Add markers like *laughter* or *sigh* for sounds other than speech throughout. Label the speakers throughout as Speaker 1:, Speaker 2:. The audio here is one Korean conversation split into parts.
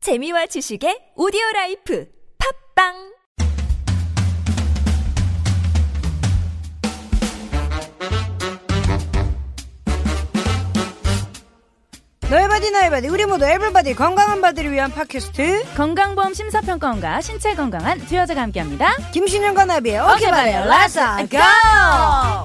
Speaker 1: 재미와 지식의 오디오 라이프 팝빵
Speaker 2: 너의 바디 나의 바디 우리 모두 에블바디 건강한 바디를 위한 팟캐스트
Speaker 3: 건강보험 심사평가원과 신체 건강한 두 여자가 함께합니다.
Speaker 2: 김신영과 나비의 오케이 바디 렛츠 고!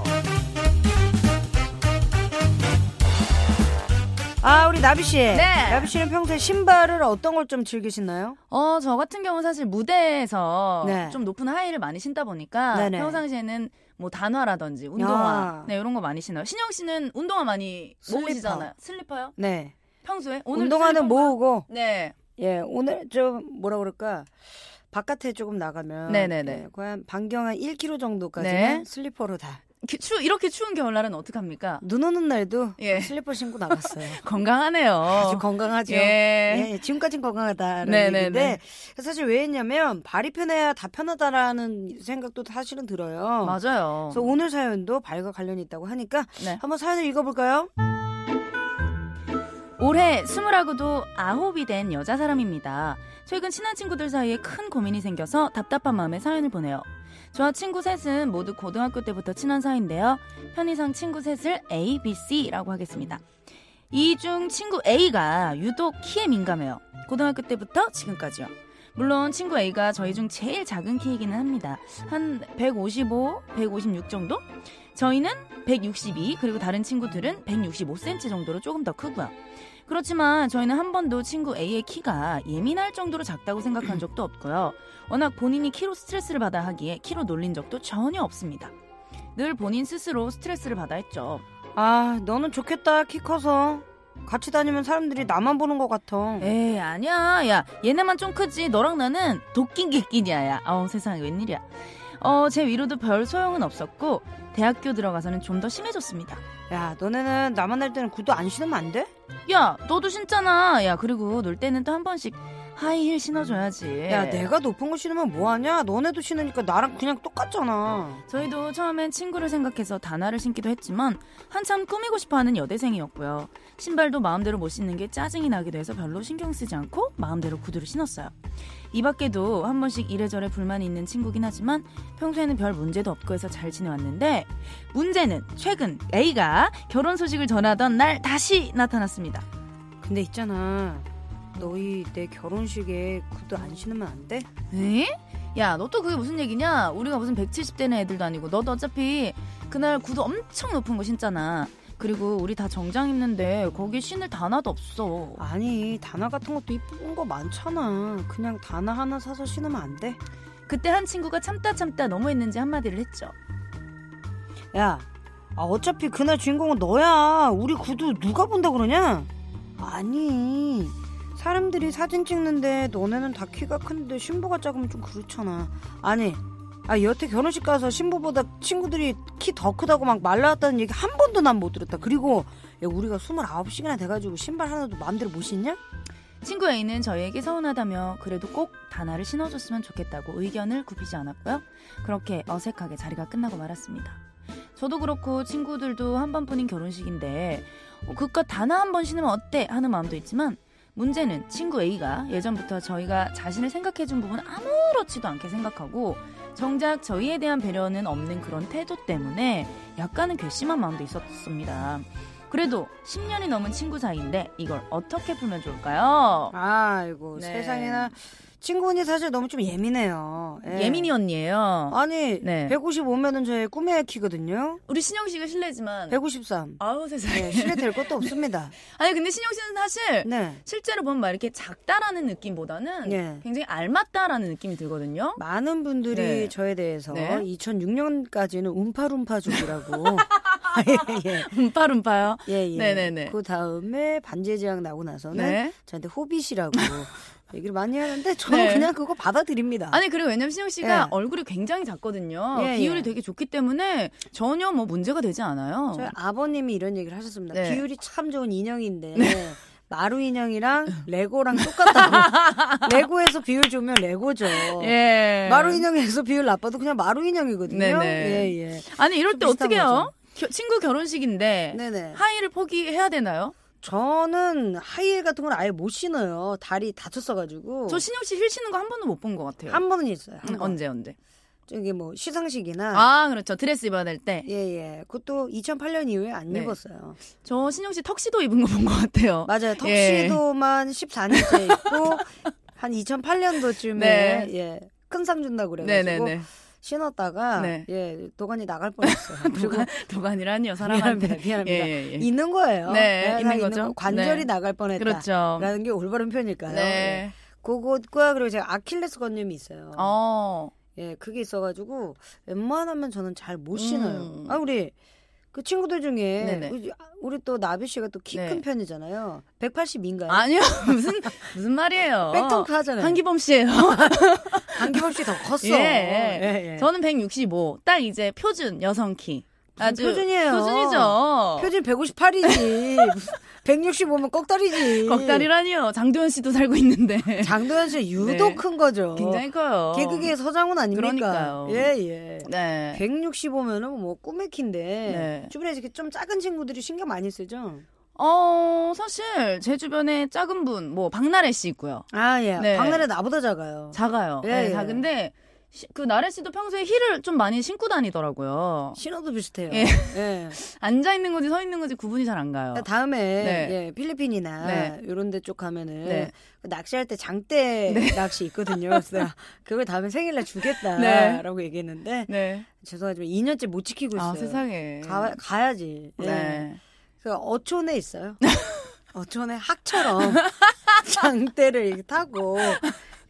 Speaker 2: 아 우리 나비씨
Speaker 3: 네.
Speaker 2: 나비씨는 평소에 신발을 어떤 걸 좀 즐기시나요?
Speaker 3: 어, 저 같은 경우 는 사실 무대에서
Speaker 2: 네.
Speaker 3: 좀 높은 하이를 많이 신다 보니까
Speaker 2: 네네.
Speaker 3: 평상시에는 뭐 단화라든지 운동화
Speaker 2: 야.
Speaker 3: 네, 이런 거 많이 신어요. 신영 씨는 운동화 많이
Speaker 2: 슬리퍼.
Speaker 3: 모으시잖아요. 슬리퍼요?
Speaker 2: 네
Speaker 3: 평소에 오늘
Speaker 2: 운동화는 뭐? 모으고
Speaker 3: 네.
Speaker 2: 예 오늘 좀 뭐라 그럴까 바깥에 조금 나가면
Speaker 3: 네네네.
Speaker 2: 예, 거의 한 반경 한 1km 정도까지는
Speaker 3: 네.
Speaker 2: 슬리퍼로 다
Speaker 3: 이렇게 추, 이렇게 추운 겨울날은 어떡합니까?
Speaker 2: 눈 오는 날도
Speaker 3: 예.
Speaker 2: 슬리퍼 신고 나갔어요
Speaker 3: *laughs* 건강하네요.
Speaker 2: 아주 건강하죠
Speaker 3: 예.
Speaker 2: 예, 지금까진 건강하다라는
Speaker 3: 네네네.
Speaker 2: 얘기인데 사실 왜 했냐면 발이 편해야 다 편하다라는 생각도 사실은 들어요.
Speaker 3: 맞아요.
Speaker 2: 그래서 오늘 사연도 발과 관련이 있다고 하니까
Speaker 3: 네.
Speaker 2: 한번 사연을 읽어볼까요?
Speaker 3: 올해 스물하고도 아홉이 된 여자 사람입니다. 최근 친한 친구들 사이에 큰 고민이 생겨서 답답한 마음에 사연을 보내요. 저와 친구 셋은 모두 고등학교 때부터 친한 사이인데요. 편의상 친구 셋을 A, B, C라고 하겠습니다. 이 중 친구 A가 유독 키에 민감해요. 고등학교 때부터 지금까지요. 물론 친구 A가 저희 중 제일 작은 키이기는 합니다. 한 155, 156 정도? 저희는 162, 그리고 다른 친구들은 165cm 정도로 조금 더 크고요. 그렇지만 저희는 한 번도 친구 A의 키가 예민할 정도로 작다고 생각한 적도 없고요. 워낙 본인이 키로 스트레스를 받아 하기에 키로 놀린 적도 전혀 없습니다. 늘 본인 스스로 스트레스를 받아 했죠.
Speaker 2: 아 너는 좋겠다 키 커서 같이 다니면 사람들이 나만 보는 것 같아.
Speaker 3: 에이 아니야 야 얘네만 좀 크지 너랑 나는 도끼기끼냐 야 어우 세상에 웬일이야 어 제 위로도 별 소용은 없었고 대학교 들어가서는 좀 더 심해졌습니다
Speaker 2: 야 너네는 나만 날 때는 구두 안 신으면 안 돼?
Speaker 3: 야 너도 신잖아 야 그리고 놀 때는 또 한 번씩 하이힐 신어줘야지
Speaker 2: 야 내가 높은 거 신으면 뭐하냐? 너네도 신으니까 나랑 그냥 똑같잖아.
Speaker 3: 저희도 처음엔 친구를 생각해서 단화를 신기도 했지만 한참 꾸미고 싶어하는 여대생이었고요. 신발도 마음대로 못 신는 게 짜증이 나기도 해서 별로 신경 쓰지 않고 마음대로 구두를 신었어요. 이 밖에도 한 번씩 이래저래 불만이 있는 친구긴 하지만 평소에는 별 문제도 없고 해서 잘 지내왔는데 문제는 최근 A가 결혼 소식을 전하던 날 다시 나타났습니다.
Speaker 2: 근데 있잖아. 너희 내 결혼식에 구두 안 신으면 안 돼?
Speaker 3: 에? 야, 너 또 그게 무슨 얘기냐? 우리가 무슨 170대는 애들도 아니고 너도 어차피 그날 구두 엄청 높은 거 신잖아. 그리고 우리 다 정장 입는데 거기 신을 단화도 없어.
Speaker 2: 아니 단화 같은 것도 이쁜 거 많잖아 그냥 단화 하나 사서 신으면 안 돼?
Speaker 3: 그때 한 친구가 참다 참다 너무했는지 한마디를 했죠.
Speaker 2: 야 아, 어차피 그날 주인공은 너야 우리 구두 누가 본다 그러냐? 아니 사람들이 사진 찍는데 너네는 다 키가 큰데 신부가 작으면 좀 그렇잖아 아니 아 여태 결혼식 가서 신부보다 친구들이 키 더 크다고 막 말라왔다는 얘기 한 번도 난 못 들었다 그리고 야 우리가 29시간이나 돼가지고 신발 하나도 마음대로 못 신냐?
Speaker 3: 친구 A는 저희에게 서운하다며 그래도 꼭 단화를 신어줬으면 좋겠다고 의견을 굽히지 않았고요. 그렇게 어색하게 자리가 끝나고 말았습니다. 저도 그렇고 친구들도 한 번뿐인 결혼식인데 어, 그깟 단화 한 번 신으면 어때 하는 마음도 있지만 문제는 친구 A가 예전부터 저희가 자신을 생각해준 부분 아무렇지도 않게 생각하고 정작 저희에 대한 배려는 없는 그런 태도 때문에 약간은 괘씸한 마음도 있었습니다. 그래도 10년이 넘은 친구 사이인데 이걸 어떻게 풀면 좋을까요?
Speaker 2: 아이고
Speaker 3: 네.
Speaker 2: 세상에나 친구분이 사실 너무 좀 예민해요. 예.
Speaker 3: 예민이 언니예요.
Speaker 2: 아니
Speaker 3: 네.
Speaker 2: 155면은 저의 꿈의 키거든요.
Speaker 3: 우리 신영 씨가 실례지만
Speaker 2: 153.
Speaker 3: 아우 세상에.
Speaker 2: 네, 실례될 것도
Speaker 3: *laughs*
Speaker 2: 없습니다.
Speaker 3: 아니 근데 신영 씨는 사실
Speaker 2: 네.
Speaker 3: 실제로 보면 막 이렇게 작다라는 느낌보다는
Speaker 2: 예.
Speaker 3: 굉장히 알맞다라는
Speaker 2: *laughs*
Speaker 3: 느낌이 들거든요.
Speaker 2: 많은 분들이
Speaker 3: 네.
Speaker 2: 저에 대해서
Speaker 3: 네.
Speaker 2: 2006년까지는
Speaker 3: *laughs*
Speaker 2: 움파룸파족이라고 예,
Speaker 3: 음파룸파요.
Speaker 2: 예, 예, 예.
Speaker 3: 네네네.
Speaker 2: 그 다음에 반제지향 나고 나서는
Speaker 3: 네.
Speaker 2: 저한테
Speaker 3: *laughs*
Speaker 2: 호빗이라고 얘기를 많이 하는데 저는
Speaker 3: 네.
Speaker 2: 그냥 그거 받아들입니다.
Speaker 3: 아니 그리고 왜냐면 신영 씨가
Speaker 2: 예.
Speaker 3: 얼굴이 굉장히 작거든요.
Speaker 2: 예,
Speaker 3: 비율이
Speaker 2: 예.
Speaker 3: 되게 좋기 때문에 전혀 뭐 문제가 되지 않아요.
Speaker 2: 저희 아버님이 이런 얘기를 하셨습니다.
Speaker 3: 네.
Speaker 2: 비율이 참 좋은 인형인데 마루 인형이랑 레고랑 똑같다고.
Speaker 3: *laughs*
Speaker 2: 레고에서 비율 좋으면 레고죠.
Speaker 3: 예.
Speaker 2: 어. 마루 인형에서 비율 나빠도 그냥 마루 인형이거든요.
Speaker 3: 네네.
Speaker 2: 예, 예.
Speaker 3: 아니 이럴 때
Speaker 2: 좀 비슷한
Speaker 3: 어떻게 해요? 친구 결혼식인데
Speaker 2: 네네.
Speaker 3: 하의를 포기해야 되나요?
Speaker 2: 저는 하이힐 같은 걸 아예 못 신어요. 다리 다쳤어가지고.
Speaker 3: 저 신영 씨 힐 신는 거 한 번도 못 본 것 같아요.
Speaker 2: 한 번은 있어요.
Speaker 3: 음,
Speaker 2: 한 번.
Speaker 3: 언제 언제?
Speaker 2: 저기 뭐 시상식이나.
Speaker 3: 아 그렇죠. 드레스 입어야 될 때.
Speaker 2: 예예. 그것도 2008년 이후에 안
Speaker 3: 네.
Speaker 2: 입었어요.
Speaker 3: 저 신영 씨 턱시도 입은 거 본 것 같아요.
Speaker 2: 맞아요.
Speaker 3: 예.
Speaker 2: 턱시도만 14년째 있고 *laughs* 한 2008년도쯤에
Speaker 3: 네.
Speaker 2: 예. 큰 상 준다고 그래가지고
Speaker 3: 네네네.
Speaker 2: 신었다가
Speaker 3: 네.
Speaker 2: 예 도관이 나갈 뻔했어요. 그리고
Speaker 3: *laughs* 도관 도관이라니요 사람한테.
Speaker 2: 미안합니다. 미안합니다.
Speaker 3: 예, 예, 예.
Speaker 2: 있는 거예요.
Speaker 3: 네,
Speaker 2: 내가
Speaker 3: 있는 거죠.
Speaker 2: 거. 관절이
Speaker 3: 네.
Speaker 2: 나갈 뻔했다.
Speaker 3: 그렇죠.
Speaker 2: 라는 게 올바른 표현일까요? 예.
Speaker 3: 네.
Speaker 2: 그것과 그리고 제가 아킬레스 건염이 있어요.
Speaker 3: 어.
Speaker 2: 예, 그게 있어가지고 웬만하면 저는 잘 못 신어요.
Speaker 3: 음.
Speaker 2: 아 우리 그 친구들 중에
Speaker 3: 네네.
Speaker 2: 우리- 아, 우리 또 나비 씨가 또 키 큰
Speaker 3: 네.
Speaker 2: 편이잖아요. 180인가요?
Speaker 3: 아니요 *laughs* 무슨 무슨 말이에요. 어,
Speaker 2: 백턴크 하잖아요.
Speaker 3: 한기범 씨예요.
Speaker 2: 한기범 씨더 컸어.
Speaker 3: 예. 저는 165. 딱 이제 표준 여성 키.
Speaker 2: 무슨 표준이에요.
Speaker 3: 표준이죠.
Speaker 2: 표준
Speaker 3: *laughs*
Speaker 2: 158이지. 165면 꺽다리지.
Speaker 3: 꺽다리라니요. 장도연 씨도
Speaker 2: *laughs*
Speaker 3: 살고 있는데.
Speaker 2: 장도연 씨 유독
Speaker 3: 네.
Speaker 2: 큰 거죠.
Speaker 3: 굉장히 커요.
Speaker 2: 개그계의 서장훈 아닙니까?
Speaker 3: 그러니까요.
Speaker 2: 예, 예.
Speaker 3: 네.
Speaker 2: 165면은 뭐 꿈의 키인데
Speaker 3: 네.
Speaker 2: 주변에 이렇게 좀 작은 친구들이 신경 많이 쓰죠.
Speaker 3: 어, 사실 제 주변에 작은 분, 뭐 박나래 씨 있고요.
Speaker 2: 아 예,
Speaker 3: 네.
Speaker 2: 박나래 나보다 작아요.
Speaker 3: 작아요.
Speaker 2: 예,
Speaker 3: 네,
Speaker 2: 예.
Speaker 3: 작은데 시- 그 나래 씨도 평소에 힐을 좀 많이 신고 다니더라고요.
Speaker 2: 신어도 비슷해요.
Speaker 3: 예.
Speaker 2: 예.
Speaker 3: 앉아 있는 건지 서 있는 건지 구분이 잘 안 가요.
Speaker 2: 다음에
Speaker 3: 어. 네.
Speaker 2: 예, 필리핀이나
Speaker 3: 네.
Speaker 2: 이런 데 쪽 가면은
Speaker 3: 네.
Speaker 2: 그 낚시할 때 장대 낚시 있거든요.
Speaker 3: *laughs*
Speaker 2: 그래서 그걸 다음에 생일날
Speaker 3: 네.
Speaker 2: 주겠다라고 얘기했는데
Speaker 3: 네.
Speaker 2: 죄송하지만 2년째 못 지키고 있어요.
Speaker 3: 아, 세상에.
Speaker 2: 가, 가야지. 예.
Speaker 3: 네.
Speaker 2: 그 어촌에
Speaker 3: *laughs*
Speaker 2: 있어요. 어촌에 학처럼 장대를 이렇게 타고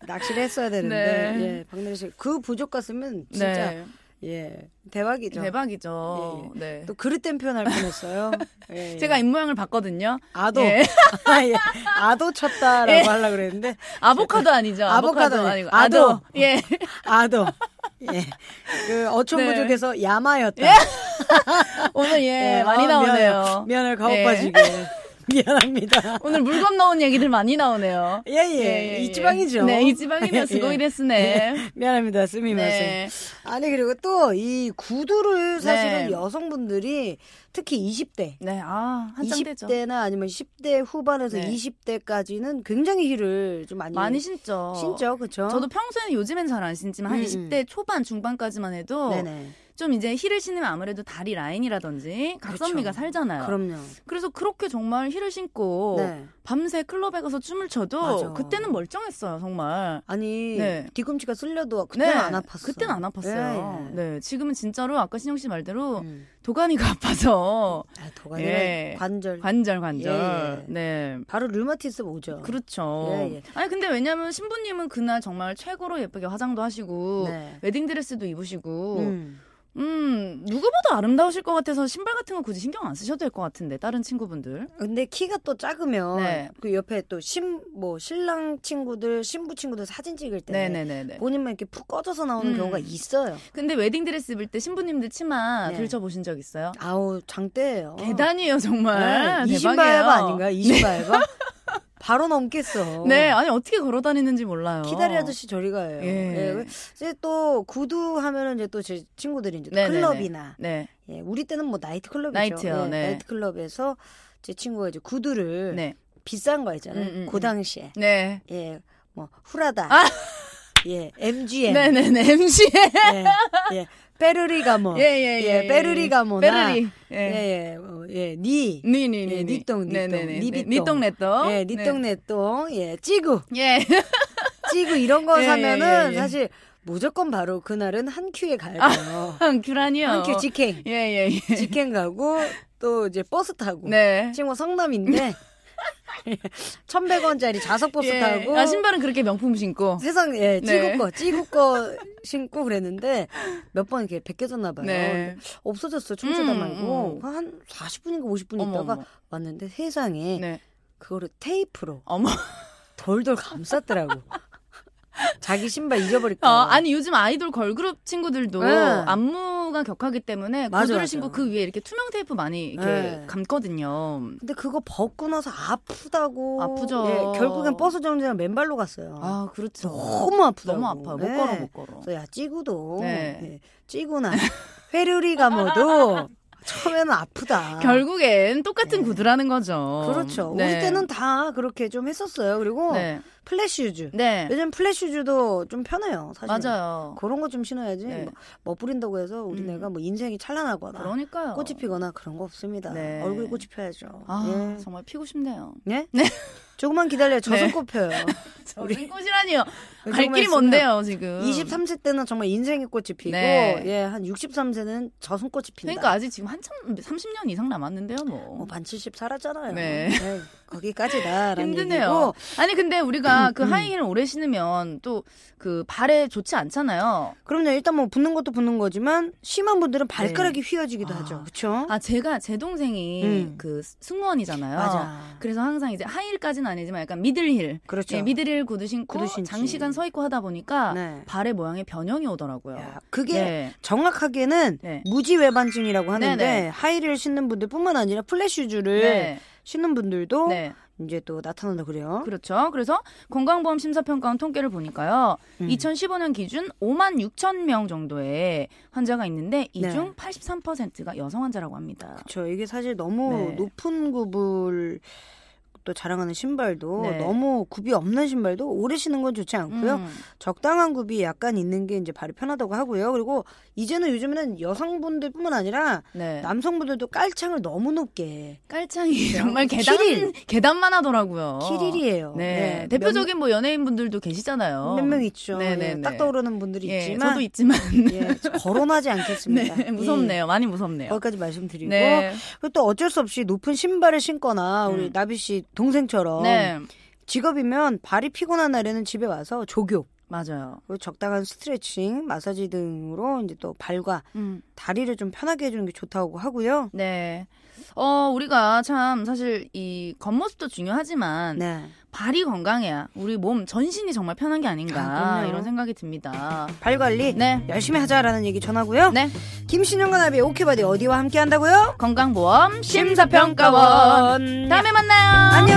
Speaker 2: 낚시를 했어야 되는데
Speaker 3: 네.
Speaker 2: 예, 박나래 씨그 부족 같으면 진짜
Speaker 3: 네.
Speaker 2: 예 대박이죠. 예,
Speaker 3: 대박이죠. 네.
Speaker 2: 또 그릇된 표현할 뻔했어요. 예, 예.
Speaker 3: *laughs* 제가 입모양을 봤거든요.
Speaker 2: *laughs* 아도
Speaker 3: 예. *laughs*
Speaker 2: 예, 아도 쳤다라고
Speaker 3: 예.
Speaker 2: 하려고 그랬는데
Speaker 3: 아보카도 아니죠. 아보카도,
Speaker 2: 아보카도
Speaker 3: 아니고
Speaker 2: 아니-
Speaker 3: 아도.
Speaker 2: 아도.
Speaker 3: 예. *laughs*
Speaker 2: 아도 예. 그 어촌
Speaker 3: 네.
Speaker 2: 부족에서 야마였다.
Speaker 3: 오늘 예,
Speaker 2: 예,
Speaker 3: 많이
Speaker 2: 아, 미안해요.
Speaker 3: 나오네요.
Speaker 2: 미안해요.
Speaker 3: 예.
Speaker 2: 가오빠지게 *laughs* 미안합니다.
Speaker 3: 오늘 물건 넣은 얘기들 많이 나오네요.
Speaker 2: 예, 예. 이 지방이죠.
Speaker 3: 네, 이
Speaker 2: *laughs*
Speaker 3: 지방이네요.
Speaker 2: 예.
Speaker 3: 수고이 됐으네.
Speaker 2: 미안합니다. 스미마셍.
Speaker 3: 네.
Speaker 2: 아니 그리고 또 이 구두를 사실은
Speaker 3: 네.
Speaker 2: 여성분들이 특히 20대
Speaker 3: 네, 아, 한참 되죠.
Speaker 2: 20대나 아니면 10대 후반에서
Speaker 3: 네.
Speaker 2: 20대까지는 굉장히 힐을 좀 많이,
Speaker 3: 많이 신죠.
Speaker 2: 신죠, 그렇죠?
Speaker 3: 저도 평소에는 요즘엔 잘 안 신지만 한
Speaker 2: 음,
Speaker 3: 20대 초반 중반까지만 해도
Speaker 2: 네네,
Speaker 3: 좀 이제 힐을 신으면 아무래도 다리 라인이라든지 각선미가
Speaker 2: 그렇죠.
Speaker 3: 살잖아요.
Speaker 2: 그럼요.
Speaker 3: 그래서 그렇게 정말 힐을 신고
Speaker 2: 네.
Speaker 3: 밤새 클럽에 가서 춤을 춰도
Speaker 2: 맞아.
Speaker 3: 그때는 멀쩡했어요, 정말.
Speaker 2: 아니
Speaker 3: 네.
Speaker 2: 뒤꿈치가 쓸려도 그때는 안 아팠어.
Speaker 3: 그때는 안 아팠어요.
Speaker 2: 예, 예.
Speaker 3: 네, 어. 지금은 진짜로 아까 신영 씨 말대로
Speaker 2: 음.
Speaker 3: 도가니가 *laughs* 아파서
Speaker 2: 아, 도가니가
Speaker 3: 예.
Speaker 2: 관절.
Speaker 3: 관절 관절.
Speaker 2: 예, 예.
Speaker 3: 네.
Speaker 2: 바로 류마티스 오죠.
Speaker 3: 그렇죠.
Speaker 2: 예, 예.
Speaker 3: 아니 근데 왜냐면 신부님은 그날 정말 최고로 예쁘게 화장도 하시고
Speaker 2: 네.
Speaker 3: 웨딩 드레스도 입으시고 음.
Speaker 2: 음.
Speaker 3: 누구보다 아름다우실 것 같아서 신발 같은 거 굳이 신경 안 쓰셔도 될 것 같은데 다른 친구분들.
Speaker 2: 근데 키가 또 작으면
Speaker 3: 네.
Speaker 2: 그 옆에 또 신 뭐 신랑 친구들 신부 친구들 사진 찍을 때
Speaker 3: 네네네네.
Speaker 2: 본인만 이렇게 푹 꺼져서 나오는
Speaker 3: 음.
Speaker 2: 경우가 있어요.
Speaker 3: 근데 웨딩 드레스 입을 때 신부님들 치마
Speaker 2: 네.
Speaker 3: 들쳐 보신 적 있어요?
Speaker 2: 아우 장대예요.
Speaker 3: 대단이에요 정말.
Speaker 2: 네, 20바
Speaker 3: 대박이에요.
Speaker 2: 알바 아닌가요? 20바
Speaker 3: *laughs*
Speaker 2: 알바? 바로 넘겠어.
Speaker 3: 네, 아니 어떻게 걸어 다니는지 몰라요.
Speaker 2: 키다리 아저씨 저리 가요.
Speaker 3: 어. 예.
Speaker 2: 예, 이제 또 구두 하면은 이제 또 제 친구들이 이제
Speaker 3: 네네네.
Speaker 2: 클럽이나
Speaker 3: 네,
Speaker 2: 예, 우리 때는 뭐 나이트 클럽이죠.
Speaker 3: 나이트요, 네.
Speaker 2: 나이트 클럽에서 제 친구가 이제 구두를
Speaker 3: 네,
Speaker 2: 비싼 거 있잖아요.
Speaker 3: 음, 음,
Speaker 2: 그
Speaker 3: 음.
Speaker 2: 당시에
Speaker 3: 네,
Speaker 2: 예, 뭐 후라다,
Speaker 3: 아!
Speaker 2: 예, MGM,
Speaker 3: 네, 네, *laughs* 네. MC.
Speaker 2: 예, 예, 페르리 가모,
Speaker 3: 예, 예, 예.
Speaker 2: 예, 베르리 가모나
Speaker 3: 베르리. 예.
Speaker 2: 예, 예, 어, 예, 니,
Speaker 3: 니니니 네,
Speaker 2: 예, 니똥, 니똥, 니비똥.
Speaker 3: 니똥 내똥
Speaker 2: 예, 니똥 내똥, 예, 찌구,
Speaker 3: 예 *laughs*
Speaker 2: 찌구 이런 거
Speaker 3: 예,
Speaker 2: 사면은
Speaker 3: 예, 아. 예.
Speaker 2: 사실 무조건 바로 그날은 한 큐에 가요.
Speaker 3: 규란이요
Speaker 2: 한 큐
Speaker 3: *laughs*
Speaker 2: 직행,
Speaker 3: 예예예
Speaker 2: 직행 가고 또 이제 버스 타고.
Speaker 3: 네
Speaker 2: 친구
Speaker 3: *laughs*
Speaker 2: 성남인데 1,100원짜리 좌석 버스
Speaker 3: 예.
Speaker 2: 타고
Speaker 3: 아 신발은 그렇게 명품 신고
Speaker 2: 세상 예 찌구
Speaker 3: 네.
Speaker 2: 거 찌구 거 신고 그랬는데 몇 번 이렇게 벗겨졌나 봐요.
Speaker 3: 네.
Speaker 2: 근데 없어졌어 춤추다
Speaker 3: 음,
Speaker 2: 말고
Speaker 3: 음.
Speaker 2: 한 40분인가 50분
Speaker 3: 어머,
Speaker 2: 있다가
Speaker 3: 어머.
Speaker 2: 왔는데 세상에
Speaker 3: 네
Speaker 2: 그거를 테이프로
Speaker 3: 어머
Speaker 2: 돌돌
Speaker 3: *laughs*
Speaker 2: 감쌌더라고. 자기 신발
Speaker 3: 어,
Speaker 2: 잊어버릴까.
Speaker 3: 아니 요즘 아이돌 걸그룹 친구들도
Speaker 2: 네.
Speaker 3: 안무가 격하기 때문에
Speaker 2: 맞아,
Speaker 3: 구두를
Speaker 2: 맞아.
Speaker 3: 신고 그 위에 이렇게 투명 테이프 많이 이렇게
Speaker 2: 네.
Speaker 3: 감거든요
Speaker 2: 근데 그거 벗고 나서 아프다고.
Speaker 3: 아프죠.
Speaker 2: 예, 결국엔 버스 정류장 맨발로 갔어요.
Speaker 3: 아 그렇죠
Speaker 2: 너무 아프다고.
Speaker 3: 너무 아파요 못
Speaker 2: 예.
Speaker 3: 걸어 못 걸어
Speaker 2: 그래서 야 찌구도
Speaker 3: 네.
Speaker 2: 예, 찌구나 회류리 가모도 처음에는 아프다. 네.
Speaker 3: 결국엔 똑같은 구두라는 거죠.
Speaker 2: 그렇죠.
Speaker 3: 네.
Speaker 2: 우리 때는 다 그렇게 좀 했었어요. 그리고
Speaker 3: 네.
Speaker 2: 플래시유즈.
Speaker 3: 네.
Speaker 2: 요즘 플래시유즈도 좀 편해요. 사실.
Speaker 3: 맞아요.
Speaker 2: 그런 거 좀 신어야지.
Speaker 3: 네.
Speaker 2: 뭐, 멋부린다고 해서 우리
Speaker 3: 음.
Speaker 2: 내가 뭐 인생이 찬란하거나
Speaker 3: 그러니까요.
Speaker 2: 꽃이 피거나 그런 거 없습니다.
Speaker 3: 네.
Speaker 2: 얼굴 꽃이 펴야죠.
Speaker 3: 아,
Speaker 2: 예.
Speaker 3: 정말 피고 싶네요.
Speaker 2: 예?
Speaker 3: 네.
Speaker 2: 조금만 기다려요. 저승
Speaker 3: 네.
Speaker 2: 꽃 펴요. *laughs*
Speaker 3: 저는 꽃이라니요. 갈
Speaker 2: 조금만
Speaker 3: 길이
Speaker 2: 있으면
Speaker 3: 뭔데요, 지금.
Speaker 2: 23세 때는 정말 인생의 꽃이 피고
Speaker 3: 음. 네.
Speaker 2: 예, 한 63세는 저승 꽃이 핀다.
Speaker 3: 그러니까 아직 지금 한참 30년 이상 남았는데요, 뭐.
Speaker 2: 뭐, 반 70 살았잖아요.
Speaker 3: 네.
Speaker 2: 네, 거기까지다라는
Speaker 3: 힘드네요.
Speaker 2: 얘기고 음,
Speaker 3: 아니 근데 우리가 그 하이힐 오래 신으면 또 그 발에 좋지 않잖아요.
Speaker 2: 그럼요. 일단 뭐 붙는 것도 붙는 거지만 심한 분들은 발가락이 휘어지기도
Speaker 3: 네. 아.
Speaker 2: 하죠. 그렇죠?
Speaker 3: 아 제가 제 동생이
Speaker 2: 음.
Speaker 3: 그 승무원이잖아요.
Speaker 2: 맞아.
Speaker 3: 그래서 항상 이제 하이힐까지는 아니지만 약간 미들힐,
Speaker 2: 그렇죠.
Speaker 3: 예, 미들힐 구두 신고
Speaker 2: 구두 신지.
Speaker 3: 장시간 서 있고 하다 보니까
Speaker 2: 네.
Speaker 3: 발의 모양에 변형이 오더라고요.
Speaker 2: 야, 그게
Speaker 3: 네.
Speaker 2: 정확하게는
Speaker 3: 네.
Speaker 2: 무지외반증이라고 하는데
Speaker 3: 네네.
Speaker 2: 하이힐 신는 분들뿐만 아니라 플랫슈즈를
Speaker 3: 네.
Speaker 2: 신는 분들도
Speaker 3: 네.
Speaker 2: 이제 또 나타난다 그래요.
Speaker 3: 그렇죠. 그래서 건강보험 심사평가원 통계를 보니까요.
Speaker 2: 음.
Speaker 3: 2015년 기준 5만 6천 명 정도의 환자가 있는데
Speaker 2: 네.
Speaker 3: 이 중 83%가 여성 환자라고 합니다.
Speaker 2: 그렇죠. 이게 사실 너무
Speaker 3: 네.
Speaker 2: 높은 굽을 또 자랑하는 신발도
Speaker 3: 네.
Speaker 2: 너무 굽이 없는 신발도 오래 신는 건 좋지 않고요.
Speaker 3: 음.
Speaker 2: 적당한 굽이 약간 있는 게 이제 발이 편하다고 하고요. 그리고 이제는 요즘에는 여성분들뿐만 아니라
Speaker 3: 네.
Speaker 2: 남성분들도 깔창을 너무 높게
Speaker 3: 깔창이 *laughs* 정말 계단
Speaker 2: 키릴.
Speaker 3: 계단만 하더라고요.
Speaker 2: 키릴이에요.
Speaker 3: 네.
Speaker 2: 네.
Speaker 3: 대표적인 뭐 연예인분들도 계시잖아요.
Speaker 2: 몇 명 있죠.
Speaker 3: 네네네.
Speaker 2: 예, 딱 떠오르는 분들이
Speaker 3: 예,
Speaker 2: 있지만
Speaker 3: 저도 있지만 *laughs*
Speaker 2: 예, 거론하지 않겠습니다.
Speaker 3: 네,
Speaker 2: 예,
Speaker 3: *laughs* 무섭네요. 많이 무섭네요.
Speaker 2: 거기까지 말씀드리고
Speaker 3: 네.
Speaker 2: 그리고 또 어쩔 수 없이 높은 신발을 신거나 우리
Speaker 3: 음.
Speaker 2: 나비 씨 동생처럼
Speaker 3: 네.
Speaker 2: 직업이면 발이 피곤한 날에는 집에 와서 조교
Speaker 3: 맞아요.
Speaker 2: 그리고 적당한 스트레칭, 마사지 등으로 이제 또 발과
Speaker 3: 음.
Speaker 2: 다리를 좀 편하게 해주는 게 좋다고 하고요.
Speaker 3: 네. 어, 우리가 참 사실 이 겉모습도 중요하지만
Speaker 2: 네.
Speaker 3: 발이 건강해야 우리 몸 전신이 정말 편한 게
Speaker 2: 아,
Speaker 3: 아닌가
Speaker 2: 그럼요. 음.
Speaker 3: 이런 생각이 듭니다.
Speaker 2: 발 관리
Speaker 3: 네.
Speaker 2: 열심히 하자라는 얘기 전하고요.
Speaker 3: 네.
Speaker 2: 김신영과 나비 오케바디 어디와 함께 한다고요?
Speaker 3: 건강보험 심사평가원. 다음에 만나요.
Speaker 2: 안녕.